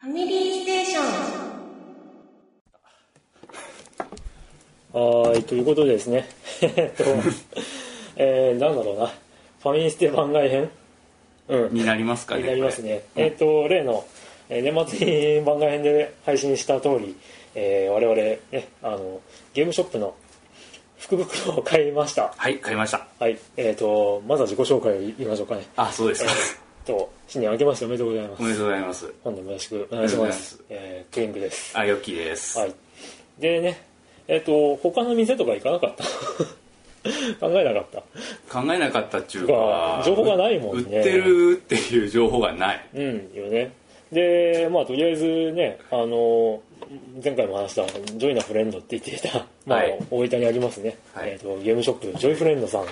ファミリーステーション。はい、ということでですね、 えっと、えー、なんだろうな、ファミリーステ番外編うん、になりますかねになりますこね。えっと、例の、えー年末に番外編で配信した通り、えー我々、ね、あの、ゲームショップの福袋を買いましたれ。はい買いましたはい、えっと、まずは自己紹介を言いましょうかね。あそうですかと、新年明けましておめでとうございますお。めでとうございます本年もよろしくお願いしおま願いしますす。えー、クリングです。あよっきーです、はい、でねえっ、と他の店とか行かなかった 考えなかった考えなかったっていうか情報がないもんね売ってるっていう情報がないうんよねでまあとりあえずねあの前回も話した「ジョイなフレンド」って言っていた、まあはい大分にありますね、はいえっとゲームショップジョイフレンドさん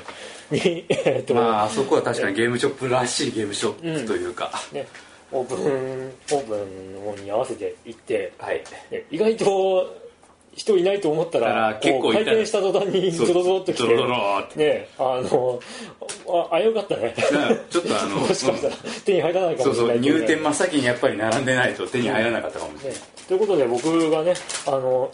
に、 えっとまああそこは確かにゲームショップらしいゲームショップというか、ね、オープンオープンに合わせて行ってはいね意外と人いないと思っただからら結構いた回転した途端にドロドロっと来てドロドローってねあのああよかったね だからちょっとあのもしかしたら手に入らないかそもうしれそなういけどね入店真っ先にやっぱり並んでないと手に入らなかったかもしれねない、ということで僕がねあの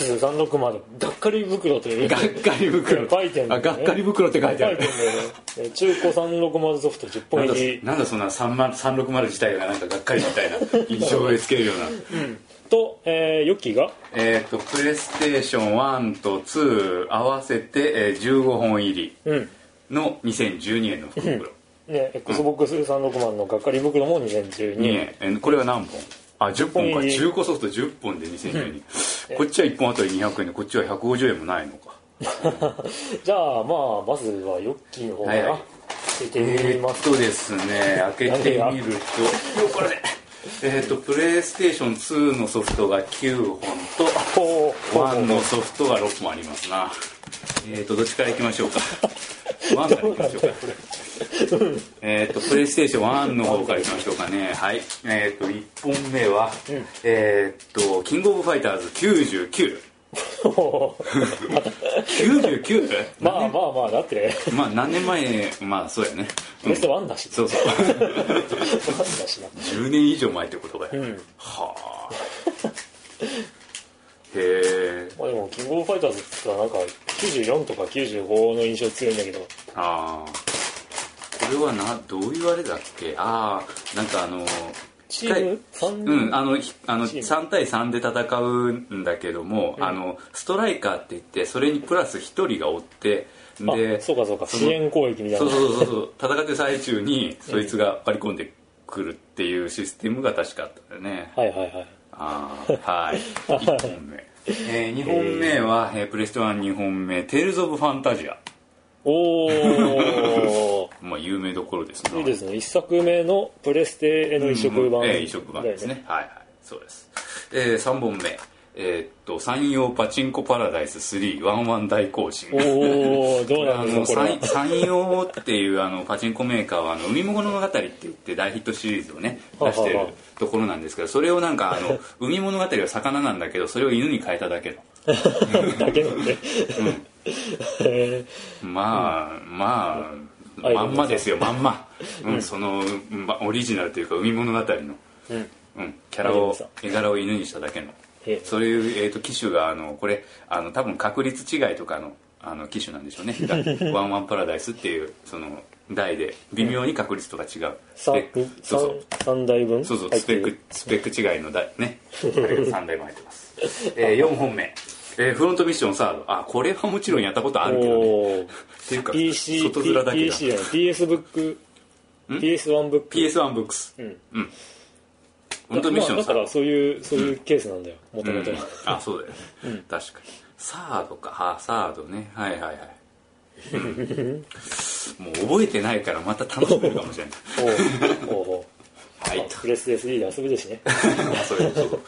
XBOX360 がっかり袋というがっかり袋書いてんだあよねがっかり袋って書いてあ書いるてんだよねね中古360ソフト10な本んだ入りなんだそんな360 360自体がなんかがっかりみたいな印象を植え付けるようなと、えー、ヨッキーがえっとプレイステーション1と2合わせて、えー15本入りうんの2012円の福袋ね XBOX360 のがっかり袋も2012 2円、円、えーこれは何本あ10本うかん中古ソフト10本で2012円こっちは1本あたり200円でこっちは150円もないのかじゃあまあまずはヨッキーの方かはいはらい出てえみーまっすとですね開けてみるとよこれでえーっとプレイステーション2のソフトが9本とほうほう1のソフトが6本ありますなえーっとどっちからいきましょうか1からいきましょうかえーっとプレイステーション1の方からいきましょうかねはいえーっと1本目は、えーっとキングオブファイターズ99 99? まあまあまあだってまあ何年前まあそうやね、プうんレステ1だしそう そう1だしな10年以上前ってことかよ、んはあへえまあでもキングオブファイターズって言ったらなんか94とか95の印象強いんだけどああこれはなどういうあれだっけああなんかあのチーム3うん、あのひあのチーム3対3で戦うんだけども、あのストライカーって言ってそれにプラス1人が追ってであそうかそうかそ支の援攻撃みたいそうなそうそう そう戦ってる最中にそいつが割り込んでくるっていうシステムが確かあったよね、はいはいはいあー はい1本目、え2本目は、えープレステ12本目「テールズ・オブ・ファンタジアおお」まあ有名どころですね いいですね1作目のプレステへの移植版、うんえー移植版ですねだよはいはいそうです、え3本目えーっと「山陽パチンコパラダイス3ワンワン大行進」おおどうな あんのですかこれ山山陽っていうあのパチンコメーカーはあの海物語って言って大ヒットシリーズをねはあ出してはあるはところなんですけどそれをなんかあの海物語は魚なんだけどそれを犬に変えただけは だけなんで、 えのまあ、まあアイドルですまんまですよまんま、うんその、ま、オリジナルというか海物語の、ーうんうん、キャラアイドルをさ絵柄を犬にしただけのへえそういう、えー、と機種があのこれあの多分確率違いとかのあの機種なんでしょうねだワンワンパラダイスっていうその台で微妙に確率とか違う、スペック三そうそう三三台分そうそう入スってペるックスペック違いの台ね3台も入ってます、え4本目、えーフロントミッションサードあこれはもちろんやったことあるけどねおおっていうか PC 外面だけ PC だじゃない PS ブック PS1 ブック PS1 ブックスんうんフロントミッショまあンだサーかドらそういうそういうケースなんだよもともとうんあそうだよね、確かにサードかあサードねはいはいはい、 うんもう覚えてないからまた楽しめるかもしれないおうおうおうはいプレステ3で遊べるしねそれそうそう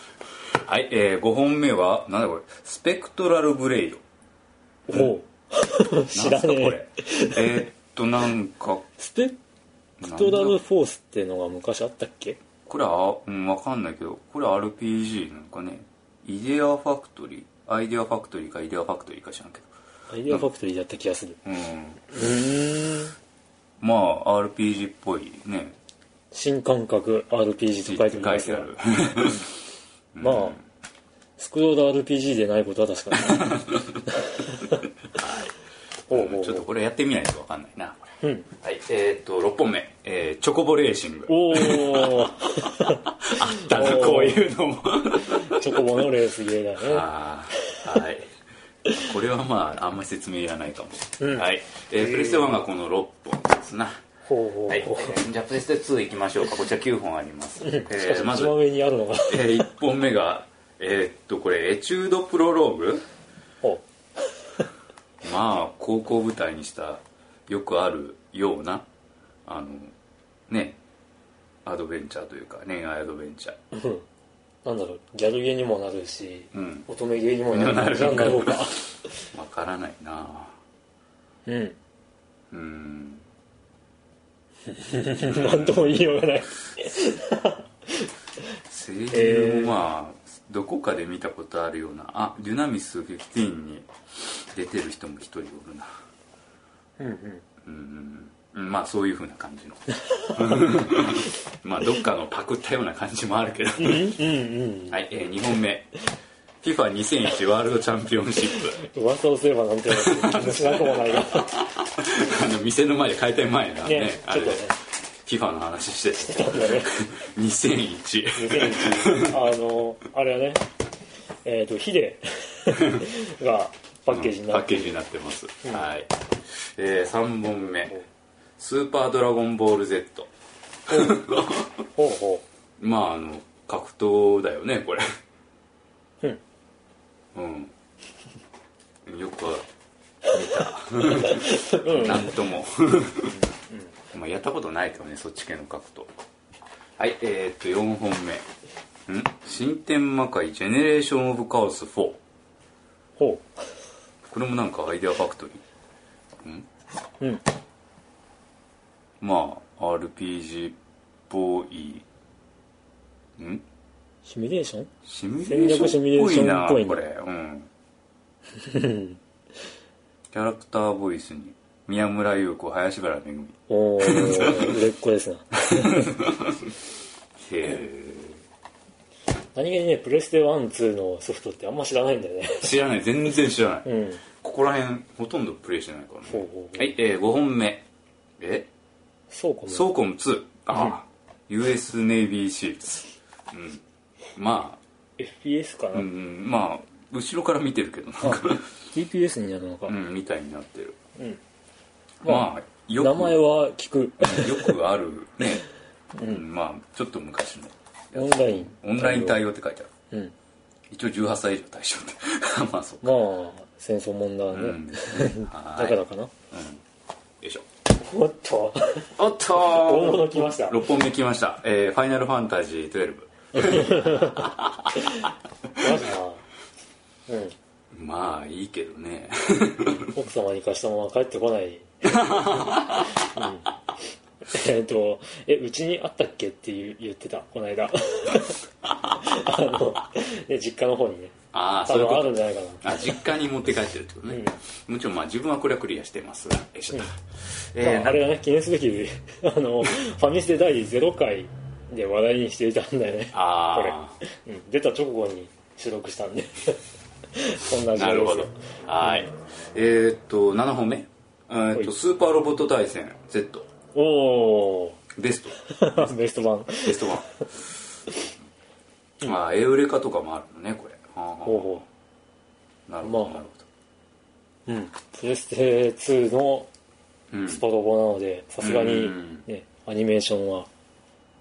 はい、え5本目はなんだこれスペクトラルブレイドおう知らなんねすかこれええーっとなんかスペクトラルフォースっていうのが昔あったっけこれはうんわかんないけどこれ RPG なのかねイデアファクトリーアイデアファクトリーかイデアファクトリーか知らんけどアイデアファクトリーだった気がするうんうーんまあ RPG っぽいね新感覚 RPG と書いてみ書まいすてあがる。 まあスクロール RPG でないことは 確かにほうほうちょっとほこれやってみないとわかんないな。ううんはい、えーっと、6本目。えーチョコボレーシング。おおあったな、こういうのも。 チョコボのレースゲーだねあーはい。これはまあ、あんまり説明いらないかも。うんはい。えープレステ1がこの6本ですな。ほうほはい、えうほうーじゃあプレステ2いきましょうかこちら9本あります、えしかーしま一ず、番上にあるのが えー1本目がえーっとこれエチュードプロローグほまあ高校舞台にしたよくあるようなあのねアドベンチャーというか恋愛アドベンチャううんなんだろうギャルゲーにもなるし、うん乙女ゲーにもななるるしなんだろう かーわからないなうんうーんなんとも言いようがない声優もまあ、どこかで見たことあるようなあデュナミス15に出てる人も一人おるなうんうんうんうんまあそういうふうな感じの まあどっかのパクったような感じもあるけどうんうんはい、え2本目 FIFA2001 ワールドチャンピオンシップ噂をすればなんていうのしなくも ないがあの店の前で開店前なんで、ねあちょれっでとね FIFA の話してて ね2001 2001あのあれはねえっ、とヒ デがパッケージにパなッっケてるージになってます、はい、え3本目スーパードラゴンボール Z ほうほまああの格闘だよねこれううんうんよくは見たなんともまあやったことないけどねそっち系の格闘はいえー、っと4本目ん新天魔界ジェネレーション・オブ・カオス4ほこれもなんかアイデアファクトリううんーまあ RPG っぽいんシミュレーションシミュレーション戦略っぽいなシミュレーションっぽいねこれうんキャラクターボイスに宮村優子林原めぐみおお売 れっ子ですなへえ何気にねプレステ12のソフトってあんま知らないんだよね知らない全然知らなうい、んここら辺ほとんどプレイしてないからねほうほうほうはい、えー、5本目えそうかもソーコム2ああ、US ネイビーシールズうんま FPS かあ、な、うん、まあ後ろから見てるけど なんか TPS になるのか、うんみたいになってる、うんまあよく名前は聞 くよくあるね、うん、まあちょっと昔のオンラインオンライン対応って書いてあるうん一応18歳以上対象って まあそうかまあ戦争問題はね、うんだからかな、よいしょおっとおっと大物来ました6本目来ました、えーファイナルファンタジー12」マジかうんまあいいけど ね奥様に貸したまま帰ってこない、うんえっと「えうちにあったっけ?」って言う言ってたこの 間あの、ね、実家の方にねああ多そういう分こあるんとじゃないかなあ実家に持って帰ってるってことね、もちろんまあ自分はこれはクリアしてますがよいしょ、えーまあ、あれはね記念すべき あのファミステ第0回で話題にしていたんだよねあこーれ、うん、出た直後に収録したんで 同じなるほどはいえーっと7本目、えーっはといスーパーロボット対戦 Z おおベストー ベスト版ベストワン、ああエウレカとかもあるのねこれはあはあほうほなるほど、まあなるほどう、うん、プレステ2のうんスパロボなのでさすがにうん、ね、アニメーションは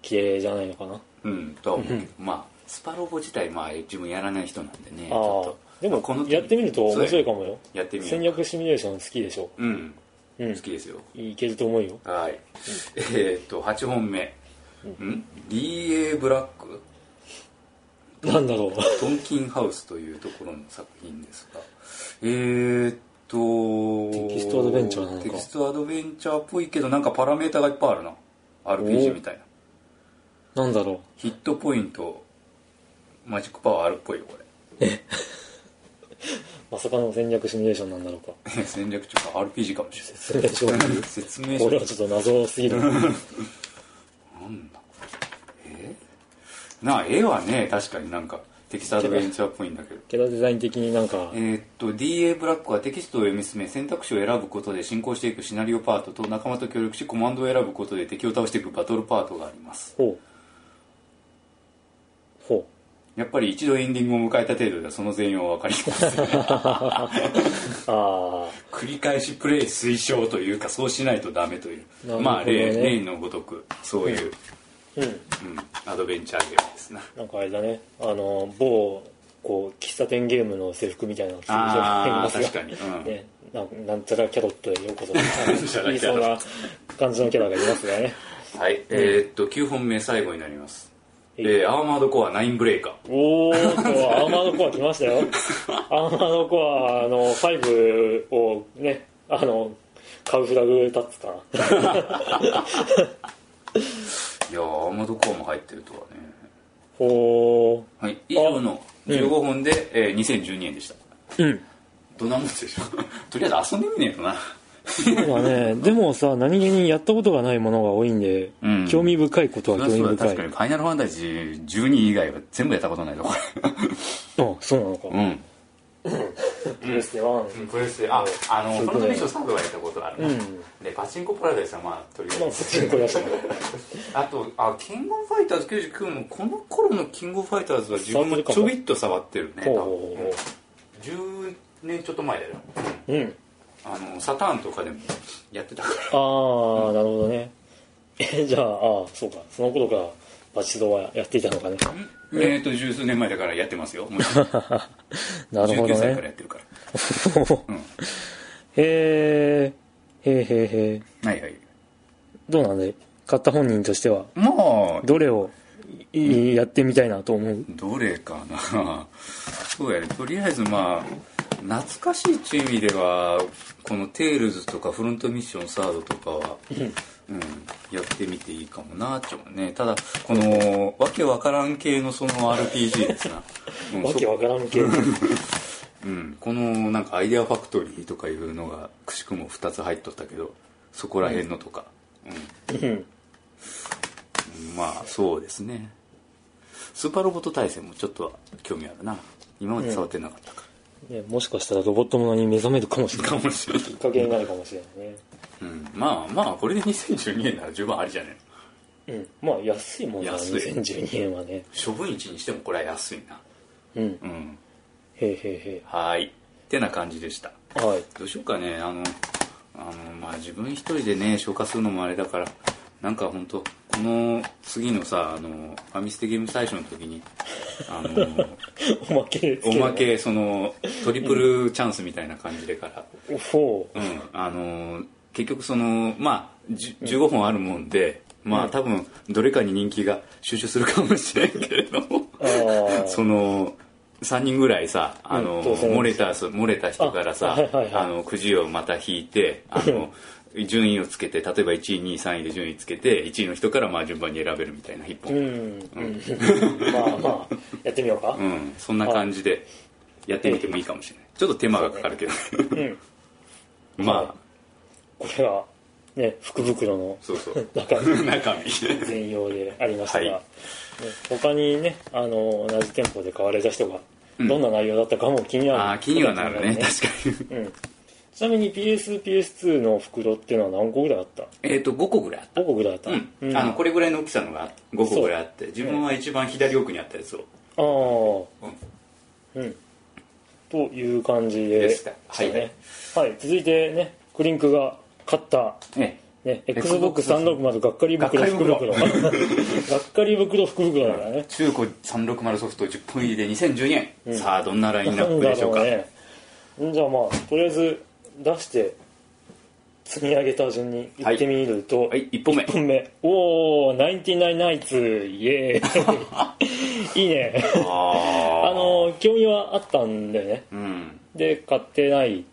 綺麗じゃないのかなうんとは思うけどまあスパロボ自体まあ自分やらない人なんでねちああょっとでもこのやってみると面白いかもよやってみよう戦略シミュレーション好きでしょうんうん好きですよいけると思うよはいえーっと8本目ん DA ブラックなんだろうトンキンハウスというところの作品ですがえーっとテキストアドベンチャーなのかテキストアドベンチャーっぽいけどなんかパラメータがいっぱいあるな RPG みたいななんだろヒットポイントマジックパワーあるっぽいよこうまさかの戦略シミュレーションなんだろうかれ 戦略中か RPG かもしれそれでしょうない説明書これはちょっと謎すぎるなんだこなあ絵はね確かになんかテキサードベンチャーっぽいんだけどけどデザイン的になんかえーっと DA ブラックはテキストを読み進め選択肢を選ぶことで進行していくシナリオパートと仲間と協力しコマンドを選ぶことで敵を倒していくバトルパートがありますほうほやっぱり一度エンディングを迎えた程度ではその全容は分かりま すうああ繰り返しプレイ推奨というかそうしないとダメというなるほどねまあ例例のごとくそういう、うんうんアドベンチャーゲーム ですななんかあれだねあの某こう喫茶店ゲームの制服みたいなの着てる人がいあまあすが確かに、うんね、なんなんたらキャロットへようこ そ言いキャそうロな感じのキャラがいますがねはい、えーっと9本目最後になります、えーアーマードコア9ブレーカおおっとアーマードコア来ましたよアーマードコアあの5をねあの買うフラグ立つかなーいやーアーマードコアも入ってるとはねほはい以上の15本で、えー2012円でしたーうんどんなもんでしょう とりあえず遊んでみねえとなそうだねでもさ何気にやったことがないものが多いんで、うん興味深いことは興味そうだ深い確かにファイナルファンタジー12以外は全部やったことないぞこあそうなのか、れうんプレステ1、プレスああのそういうフことロントねミッションサードはやったことあるな、うんでパチンコパラダイスはまあとりあえずまあパチンコだしねあとあキングオブファイターズ99もこの頃のキングオブファイターズは自分もちょびっと触ってるねほう多ほう分10年ちょっと前だよほううんあのサターンとかでもやってたからああ、なるほどねえじゃああーそうかその頃からバチドはやっていたのかねえっと十数年前だからやってますよもちろん なるほ19ど歳からねやってるからへえへえへえへえはいはいどうなんで買った本人としてはまあどれをいいやってみたいなと思うどれかな そうやねとりあえずまあ懐かしいっていう意味ではこの「テールズ」とか「フロントミッションサード」とかは、うん、やってみていいかもなって思うねただこのわけわからん系のその RPG で すな、うんわけわからんけどうん、このなんかアイデアファクトリーとかいうのがくしくも2つ入っとったけどそこら辺のとか、うんうんまあそうですねスーパーロボット対戦もちょっとは興味あるな今まで触ってなかったかねもしかしたらロボットものに目覚めるかもしれら、ないかもしれない、きっかけになるかもしれないねうん、まあまあこれで2012円なら十分ありじゃないうんまあ安いもんだな安い2012円はね処分1にしてもこれは安いなうんへうんえへえはーいってな感じでしたへえはいどうしようかねあのあのまあ自分一人でね消化するのもあれだからなんか本当この次のさあのファミステゲーム最初の時に あのおまけつけるおのまけそのトリプルチャンスみたいな感じでから、ほううん、あの結局そのまあじゅ15本あるもんで、まあ多分どれかに人気が収集するかもしれんけれどもあーその3人ぐらいさあの、うん当然漏れた漏れた人からさあはいはいはいあのくじをまた引いてあの順位をつけて例えば1位2位3位で順位つけて1位の人からまあ順番に選べるみたいな一う本、ん、うん、まあまあやってみようかうんそんな感じでやってみてもいいかもしれないちょっと手間がかかるけど、うん まあこれはね福袋のそ うそう中身中身全容でありましたが、はいね他にねあの同じ店舗で買われた人がんどんな内容だったかも気になる、ああ気にはなるね確か にうん、ちなみに PSPS2 の袋っていうのは何個ぐらいあったえっと5個ぐらいあった ?5 個ぐらいあった、う、うんんあのこれぐらいの大きさのが5個ぐらいあって自分は一番左奥にあったやつをああうん、という感じででしたはいねはい、続いてねクリンクが買ったえね、 Xbox XBOX360 がっかり袋福袋 がっかり袋福袋だからね中古360ソフト10本入りで2012円、さあどんなラインナなッんプだでしろょううかねんじゃあまあとりあえず出して積み上げた順にいってみると、はい1本目1本目おお99ナイツイエー イいいねああの興味はあったんだよねーうんで買ってない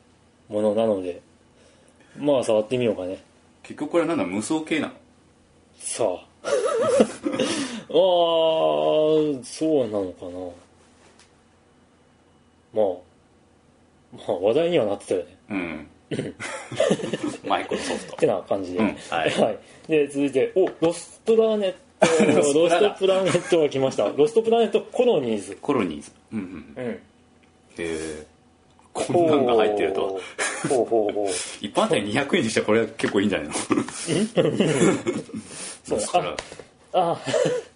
ものなのでまあ触ってみようかね結局これなんだ無双系なのさ ああーそうなのかなまあまあ話題にはなってたよねうん マイクロソフトってな感じで、 うんはいで続いて「おロストラーネッえーロストプラネットが来ま したロストプラネットコロニーズコロニーズうんうんうんえー、こん なんが入ってるとはほうほうほう一般店200円にしたらこれは結構いいんじゃないの そうですからあ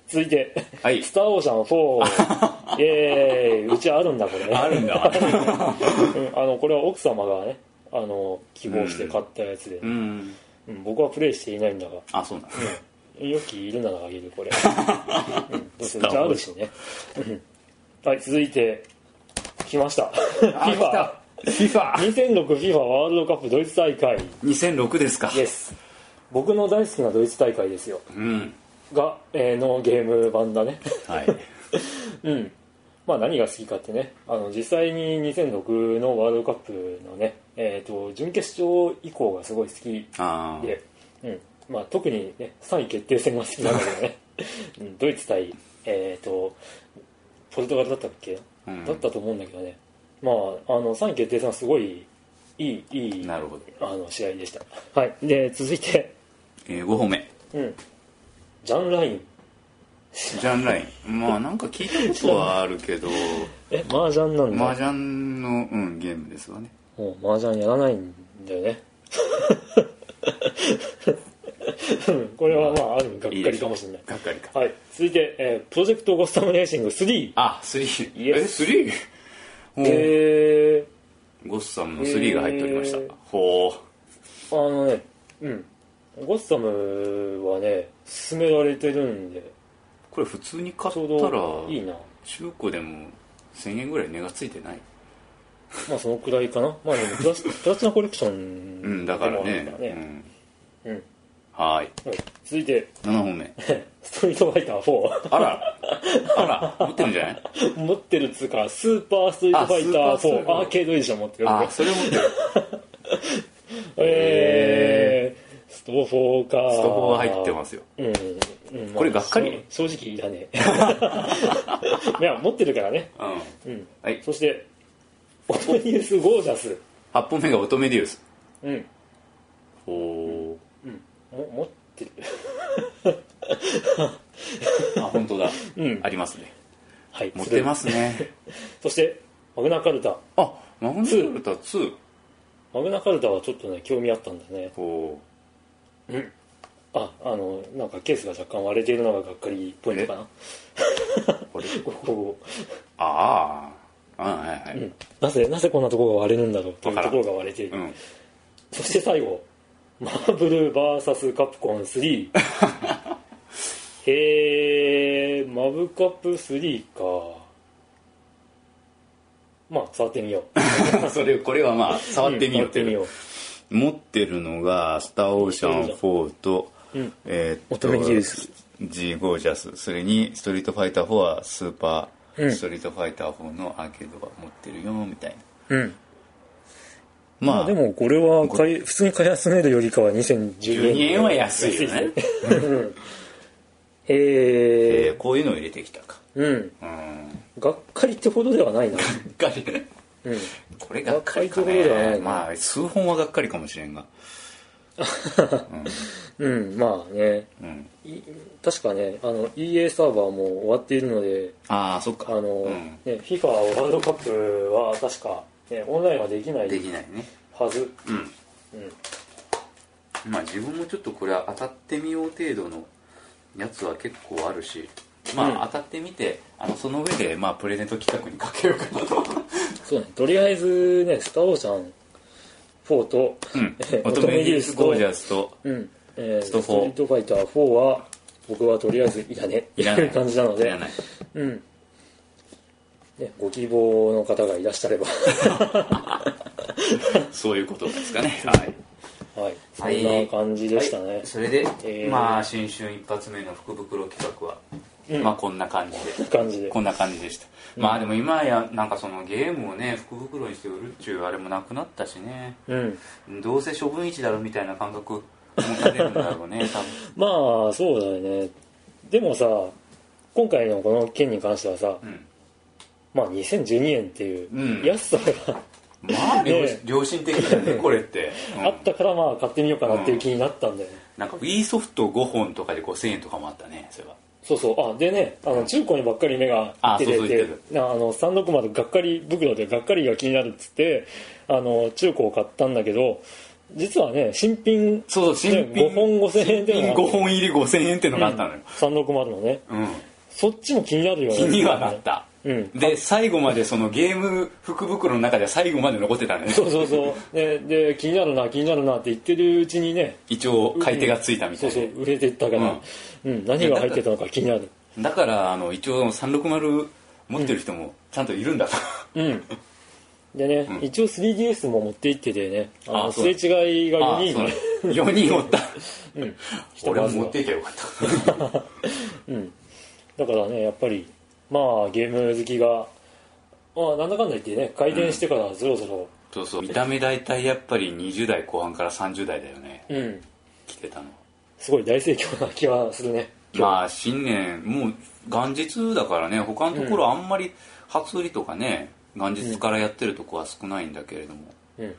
続いて、はいスター・オーシャン4」イエ ーイうちあるんだこれあるんだうんあのこれは奥様がねあの希望して買ったやつで、うんうん僕はプレイしていないんだがあそうなんだよきいるならあげ るこれ、うん、どうせうちあるしね、うんはい続いて来ましたあ来た FIFA 2006FIFA ワールドカップドイツ大会2006ですかです僕の大好きなドイツ大会ですようんが、えーのゲーム版だねはいうんまあ何が好きかってねあの実際に2006のワールドカップのねえっ、と準決勝以降がすごい好きああで、うんまあ、特に、ね、3位決定戦が好きなんだけど ねうんドイツ対、えー、とポルトガルだったっけ、うんだったと思うんだけどね、まあ、あの3位決定戦はすごいいいいいなるほど、あの試合でした、はい、で続いて、えー、5本目うん、ジャン・ラインジャンラインまあなんか聞いたことはあるけどえマージャンなんだ麻雀の、うん、ゲームですわねもう麻雀やらないんだよ ねうんこれはまあある意味がっかりかもしれないがっかりかはい、続いて、えープロジェクトゴスタムレーシング3あス3イエえスリーほうえゴッサムの3が入っておりました、えーほー、あのねうんゴッサムはね勧められてるんでうこれ普通に買ちったょうらどいいな中古でも1000円ぐらい値がついてないまあそのくらいかなまあでもプラス プラチナコレクションうんだからねでもあるからうん、うんはーいはい続いて7本目ストリートファイター4 あらあら持ってるんじゃない持ってるっつうかスーパーストリートファイタあスーーパーストリート4アーケードエディション持ってるんあでーそれ持ってるえー、スト4かストボが入ってますようん、うんまあこれがっかりそう正直いらね えいや持ってるからねううんんはいそしてオトニウス・ゴージャス8本目が乙女デュースうんほも持ってるうあ本当だ、うんありますねはい持ってますすねそしてマグナカルタあマグナカルタ2マグナカルタはちょっとね興味あったんだねほああのなんかケースが若干割れているのががっかりポイントかなうこれここあああはいはい、うんなぜなぜこんなところが割れるんだろうといわうからとんころが割れている、うん、そして最後マーブル VS カプコン3 へえマブカップ3かまあ触ってみよう それこれはまあ触ってみよううん触ってみよう持ってるのが「スター・オーシャン4と」うんえーっ乙女ギルスジー・ゴージャスそれに「ストリートファイター4」はスーパうんー、ストリートファイター4のアーケードが持ってるよみたいなうんまあ、まあでもこれは買い普通に買い集めるよりかは2012 12円円は安いよねへええーこういうのを入れてきたかうんうんがっかりってほどではないながっかりうん これがっかりかがっかりところではなねいまあ数本はがっかりかもしれんがうんまあねうんい確かねあの EA サーバーも終わっているのでああそっあかの、うん、ね、FIFA ワールドカップは確か、ね、オンラインはできないできないねはず、うんうん、まあ自分もちょっとこれは当たってみよう程度のやつは結構あるしまうあ当たってみて、あのその上でまあプレゼント企画にかけようかなとそうねとりあえずね「スター・オーシャン4」とうえん乙乙女女ギギルルススとゴージャスと「うんえー、スストト4リートファイター4」は僕はとりあえずいらねいらないと いう感じなのいでらないうんね、ご希望の方がいらっしゃればそういうことですかねはいはいそんな感じでしたね、それで、えーまあ新春一発目の福袋企画は、まあこんな感じで感じでこんな感じでした、まあでも今やなんかそのゲームをね福袋にして売るっちゅうあれもなくなったしねうんどうせ処分市だろみたいな感覚持たれるんだろ うね多分まあそうだよねでもさ今回のこの件に関してはさ、うんまあ2012円っていううん安さがまあ、ね良心的だよ ねこれって、うんあったからまあ買ってみようかなっていう気になったんだよね、なんか e ソフト5本とかで5000円とかもあったねそれはそうそうあでねあの中古にばっかり目がいってあてそうそうて言ってなあの三六までがっかり袋でがっかりが気になるっつってあの中古を買ったんだけど実はね新品そうそう新品5本5000円で5本入り5000円ってのがあったのよ、三六丸のねうんそっちも気になるよね気にはなった、うんで最後までそのゲーム福袋の中では最後まで残ってたのよそうそうそうでで気になるな気になるなって言ってるうちにね一応買い手がついたみたそういそで、う売れていったから、うん何が入ってたのか気になるだからあの一応360持ってる人もちゃんといるんだと、うんでね、一応 3DS も持って行っててねあのあすそうれ違いがあ4人いる4人おった、俺も人数は持っていけばよかっただからねやっぱりまあゲーム好きがまあなんだかんだ言ってね開店してからそろそろそうそう見た目大体やっぱり20代後半から30代だよねうん、来てたのすごい大盛況な気はするねまあ新年もう元日だからね他のところあんまり初売りとかね元日からやってるとこは少ないんだけれども、うん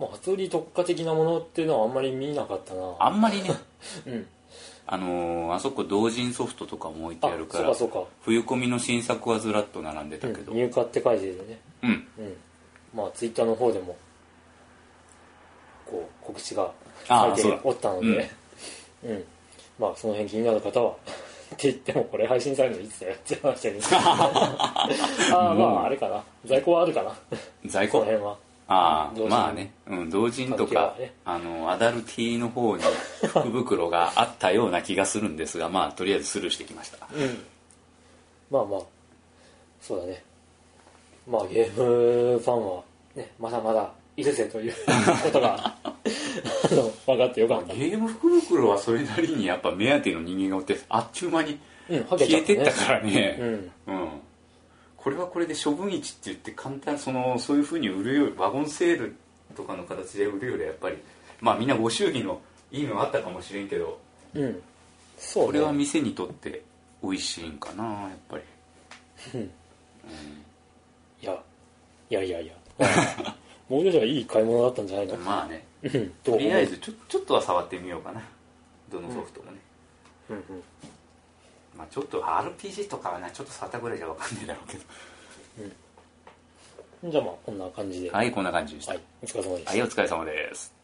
まあ初売り特化的なものっていうのはあんまり見なかったなあんまりね うんあのーあそこ同人ソフトとかも置いてあるからあそうかそうか冬込みの新作はずらっと並んでたけど、入荷って書いてるねうん、うんまあツイッターの方でもこう告知があ書いそてうだおったのでうん、まあその辺気になる方は って言ってもこれ配信されるのいつだよって話 だけどああまああれかな在庫はあるかな在この庫辺はあ同あ人まあね、うん、同人と関係はか、ねあのアダルティの 方に福袋があったような気がするんですがまあとりあえずスルーしてきましたうんまあまあそうだねまあゲームファンはねまだまだいるぜという ことがあの分かってよかったゲーム福袋はそれなりにやっぱ目当ての人間がおってあっちゅう間にうんはけちゃ消っえたてねったからねうんうんこれはこれで処分市って言って簡単そのそういうふうに売るよりワゴンセールとかの形で売るよりはやっぱりまあみんなご祝儀のいいのあったかもしれんけどうんそうねこれは店にとって美味しいんかなやっぱりいや、いやいやいや。 もう少しはいい買い物だったんじゃないのまあねうんととりあえず。ずちょちょっとは触ってみようかなどのソフトもね、うんうんまあ、ちょっと RPG とかはなちょっと触ったぐらいじゃ分かんないだろうけどじゃあまあ、こんな感じで。はいこんな感じでした、はい。お疲れ様です。はいお疲れ様です